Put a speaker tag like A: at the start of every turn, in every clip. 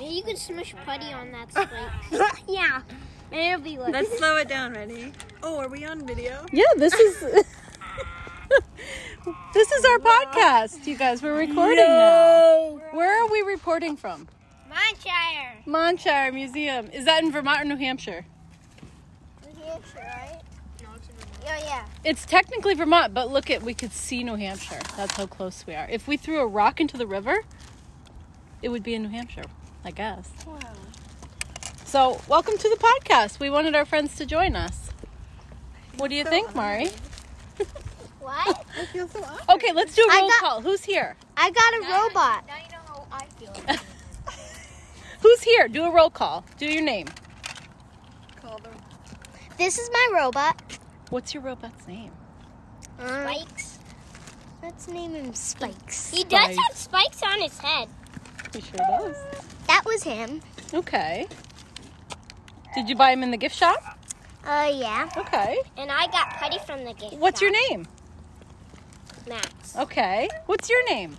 A: you could smush putty on that slate. yeah. And it'll be like.
B: Let's slow it down. Ready? Oh, are we on video?
C: Yeah, this is this is our podcast, you guys. We're recording now. Where are we reporting from?
A: Monshire.
C: Monshire Museum. Is that in Vermont or New Hampshire?
A: New Hampshire, right? No, it's in Oh, yeah.
C: It's technically Vermont, but look at we could see New Hampshire. That's how close we are. If we threw a rock into the river, it would be in New Hampshire, I guess. So, welcome to the podcast. We wanted our friends to join us. What do you think, Mari?
A: What?
B: I feel so awkward.
C: Okay, let's do a
A: I
C: roll
A: got-
C: call. Who's here?
A: I got a robot.
D: Now you know how I feel.
C: Who's here? Do a roll call. Do your name.
B: Call them.
A: This is my robot.
C: What's your robot's name?
A: Spikes. Uh-huh. Let's name him Spikes.
D: He
C: does have
D: spikes on his head.
C: He sure does.
A: That was him.
C: Okay. Did you buy him in the gift shop?
A: Uh, yeah.
C: Okay.
D: And I got putty from the gift.
C: What's your name?
D: Max.
C: Okay. What's your name?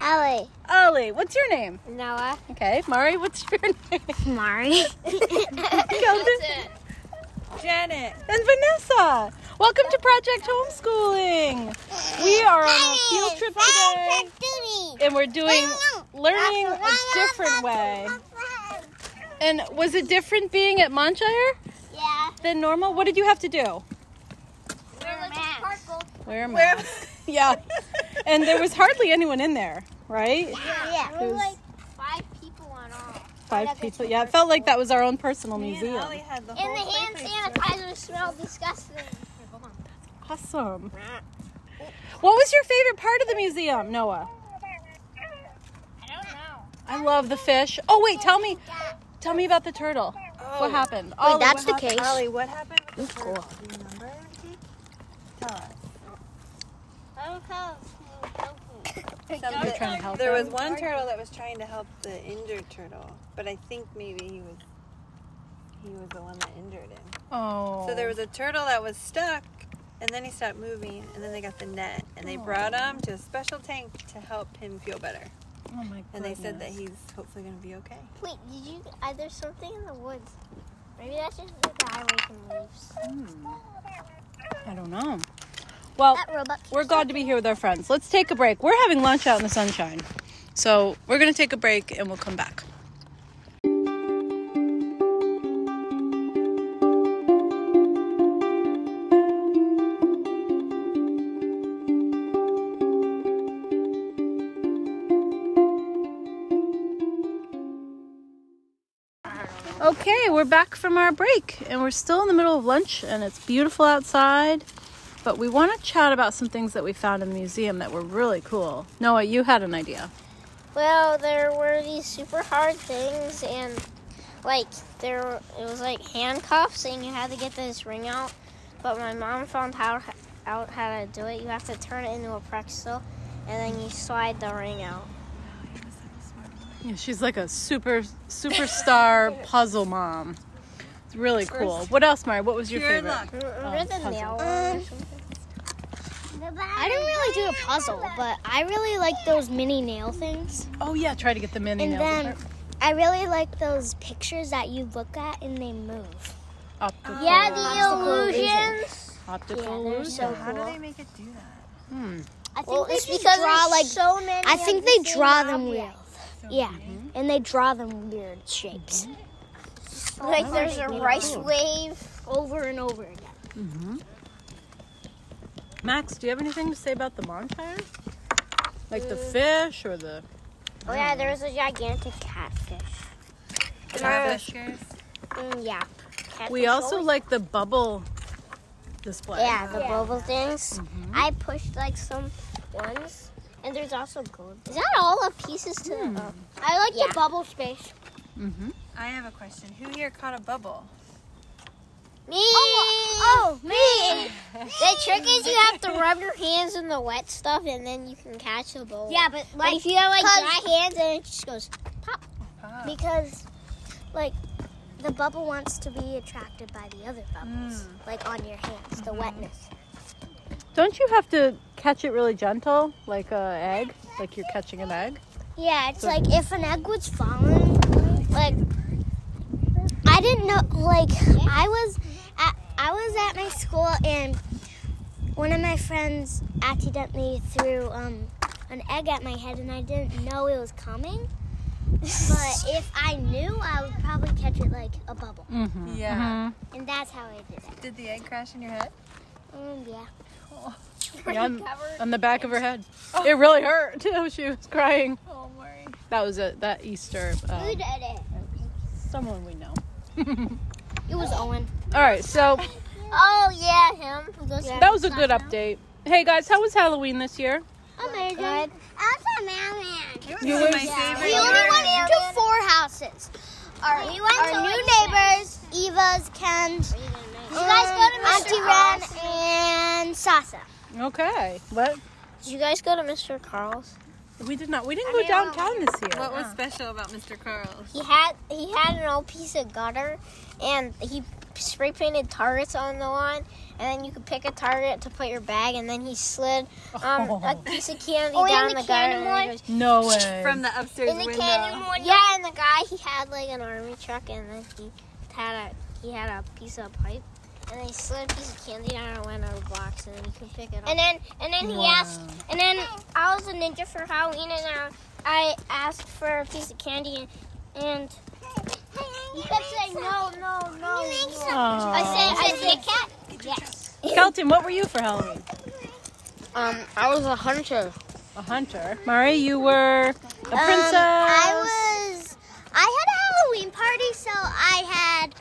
A: Ellie.
C: Ollie. What's your name?
D: Noah.
C: Okay. Mari, what's your name?
A: Mari.
C: Keldon.
B: Janet.
C: And Vanessa. Welcome to Project Homeschooling. We are on a field trip today. And we're doing learning a different way. And was it different being at Monshire
A: Yeah.
C: than normal? What did you have to do? Wear a
B: Where?
C: mask. Yeah. And there was hardly anyone in there, right?
A: Yeah.
C: There was
D: Five people on all.
C: five people. Yeah, it felt like that was our own personal
B: Me and Ellie
C: museum.
B: had the
D: And
B: whole
D: the hand
B: playface
D: sanitizer smelled disgusting.
C: Awesome. What was your favorite part of the museum, Noah?
D: I don't know.
C: I love the fish. Oh wait, tell me, tell me about the turtle.
B: shirt. Oh.
C: What happened? Ollie,
A: that's
C: what
A: the
C: happened?
A: case.
B: Ollie, what happened with the turtle? Do you remember anything? Tell us.
C: Somebody trying to help
B: There was
C: him?
B: one turtle that was trying to help the injured turtle, but I think maybe he was he was the one that injured him.
C: Oh.
B: So there was a turtle that was stuck, and then he stopped moving, and then they got the net, and they brought him to a special tank to help him feel better.
C: Oh my god.
B: And they said that he's hopefully going to be okay.
D: Wait, did you? Uh, there's something in the woods. Maybe that's just the highways and leaves.
C: I don't know. Well,
A: That robot.
C: we're glad to be here with our friends. Let's take a break. We're having lunch out in the sunshine, so we're gonna take a break and we'll come back. Okay, we're back from our break and we're still in the middle of lunch and it's beautiful outside. But we want to chat about some things that we found in the museum that were really cool. Noah, you had an idea.
D: Well, there were these super hard things, and like there, it was like handcuffs, and you had to get this ring out. But my mom found how out how to do it. You have to turn it into a pretzel, and then you slide the ring out.
C: Yeah, she's like a super superstar puzzle mom. It's really cool. What else, Mari? What was your favorite? um,
D: Remember the
C: Oh, puzzle.
D: nail?
A: Uh, I didn't really do a puzzle, but I really like those mini nail things.
C: Oh yeah, try to get the mini
A: And
C: nails
A: then I really like those pictures that you look at and they move.
C: apart. optical,
D: Yeah,
A: Obstacle
D: the illusions.
C: optical illusion.
A: So
B: How do
A: cool.
B: they make it do that?
C: Hmm.
A: I think
D: Well,
A: they
D: it's
A: just
D: because
A: draw
D: there's
A: like
D: so many.
A: I
D: of
A: think
D: the
A: they
D: same Mm-hmm.
A: draw them
D: object.
A: weird. Yeah, and they draw them weird shapes
D: Mhm. Like there's a rice wave.
A: over and over again.
C: Max, do you have anything to say about the bonfire? Like the fish or the
D: Oh
A: Mm-hmm.
D: yeah, there's a gigantic catfish.
B: Catfishers.
D: Mm, yeah.
C: We
D: Catfish
C: also
D: always-
C: like the bubble display.
D: Yeah, the bubble things.
C: Mm-hmm.
D: I pushed like some ones, and there's also gold. Is that all the pieces to?
C: Hmm.
D: the Oh. I like the bubble space.
C: Mm-hmm.
B: I have a question. Who here caught a bubble?
D: Me. Oh, me. the trick is you have to rub your hands in the wet stuff, and then you can catch the bubble.
A: Yeah, but
D: But
A: like
D: if you have like
A: cause-
D: dry hands, and it just goes.
B: Oh.
A: because like the bubble wants to be attracted by the other bubbles,
D: Mm.
A: like on your hands,
D: Mm-hmm.
A: the wetness.
C: Don't you have to catch it really gentle, like a egg, like you're catching an egg?
A: Yeah, it's like if an egg was falling, like I didn't know like I was at I was at my school and one of my friends accidentally threw um an egg at my head and I didn't know it was coming. But if I knew, I would probably catch it like a bubble.
C: Mm-hmm.
B: Yeah.
A: And that's how I did it.
B: Did the egg crash in your head?
A: Um, yeah.
C: Mm-hmm. on, on the back of her head. It really hurt too. She was crying.
B: Oh, Maury.
C: That was a that Easter.
A: Who
C: Um,
A: did it?
C: someone we know.
A: It was Owen.
C: All right, so
D: Oh yeah, him. Who goes
C: that was a good update. Hey guys, how was Halloween this year?
A: Amazing.
D: Elsa Mailman.
B: It was
C: You
B: one of
C: were-
B: my favorite.
A: We only went into four houses. Our,
D: We went
A: our
D: to,
A: new
D: like,
A: neighbors, Eva's, Ken's,
D: Did you guys go to Mr.
A: Auntie Ren,
D: Carl's?
A: and Sasa.
C: Okay, what
D: Did you guys go to Mr. Carl's?
C: we did not we didn't go downtown this year.
B: What was special about Mr. Carl's?
D: He had he had an old piece of gutter, and he spray painted targets on the lawn, and then you could pick a target to put your bag, and then he slid um, a
C: Oh.
D: piece of candy
A: Oh, and
D: down
A: the
D: the, gutter.
A: candy
D: and then
A: one?
D: he goes-
C: No way.
B: From the upstairs window.
D: yeah, and the guy he had like an army truck, and then he had a he had a piece of pipe, and then he slid a piece of candy down and went over the box, and then you could pick it up.
A: And then and then he
C: Wow.
A: asked and then I was a ninja for Halloween and I, I asked for a piece of candy and, and you kept saying no, no, no. no."
C: Aw.
A: I said I said cat. Yes.
C: Kelton, what were you for Halloween?
D: um, I was a hunter.
C: A hunter. Mari, you were a princess.
A: um, I was I had a Halloween party so I had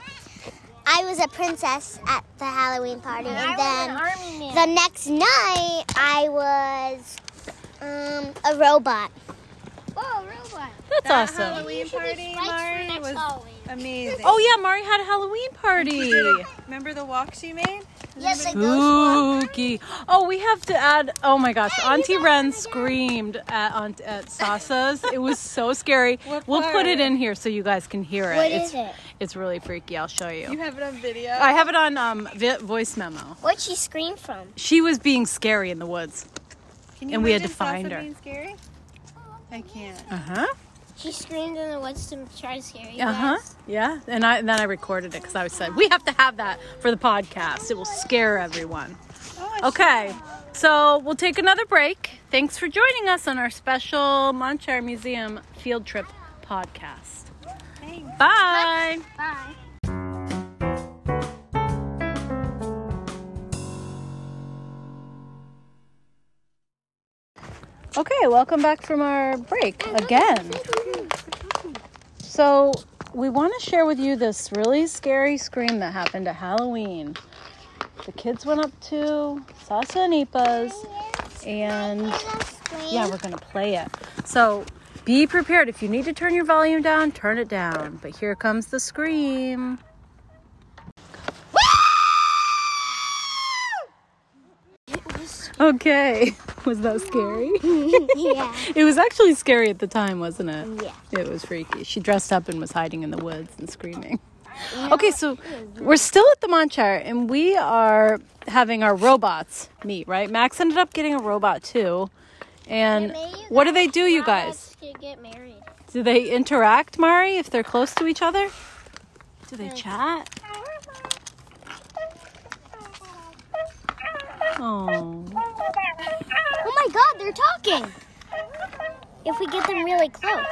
A: I was a princess at the Halloween party and then
D: army man.
A: the next night I was um, a robot.
D: Whoa, robot.
C: That's
B: That
C: awesome.
B: Halloween party, Mari, was amazing.
C: Oh yeah, Mari had a Halloween party.
B: Remember the walk she made?
A: Yes, I
C: Spooky. Oh, we have to add. Oh my gosh, Auntie Ren screamed at Aunt at Sasa's. it was so scary.
B: What
C: we'll put
B: part?
C: it in here so you guys can hear it.
A: What
C: it's,
A: is it?
C: It's really freaky. I'll show you.
B: You have it on video.
C: I have it on um, vi- voice memo.
A: What'd she scream from?
C: She was being scary in the woods.
B: Can you
C: and we had to
B: imagine Sasa
C: find her.
B: being scary? I can't.
C: Uh huh.
D: She screamed in the woods to try to scare you.
C: Uh huh. Yeah. And I and then I recorded it because I said we have to have that for the podcast. It will scare everyone.
B: Oh, I
C: Okay. So we'll take another break. Thanks for joining us on our special Monchar Museum field trip podcast.
B: Thanks.
C: Bye. Okay, welcome back from our break again. So, we want to share with you this really scary scream that happened at Halloween. The kids went up to Sasa and Ipa's, and yeah, we're going to play it. So, be prepared. If you need to turn your volume down, turn it down. But here comes the scream. Okay. Was that scary?
A: yeah.
C: It was actually scary at the time, wasn't it?
A: Yeah.
C: It was freaky. She dressed up and was hiding in the woods and screaming. Okay, so we're still at the Monchar and we are having our robots meet, right? Max ended up getting a robot too. And what do they do, you guys?
D: To get married.
C: Do they interact, Mari, if they're close to each other? Do they chat? Oh.
A: Oh my god, they're talking! If we get them really close.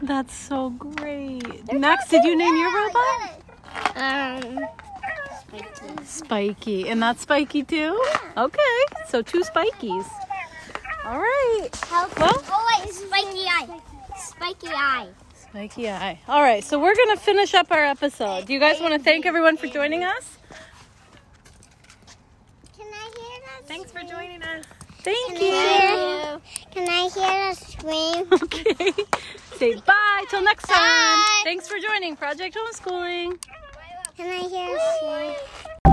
C: That's so great. Max, did you name your robot?
D: Um,
C: Spiky. And that's spiky too? Okay. So two spikies. All right.
A: Help.
C: Well-
A: Oh wait, spiky eye. Spiky eye.
C: Spiky eye. All right. So we're going to finish up our episode. Do you guys want to thank everyone for joining us?
A: Can I hear that?
B: Thanks for joining us.
C: Thank
A: Can
C: you.
A: I hear- Can I hear a scream?
C: Okay. Say bye till next time.
A: Bye.
C: Thanks for joining Project Homeschooling.
A: Can I hear a scream?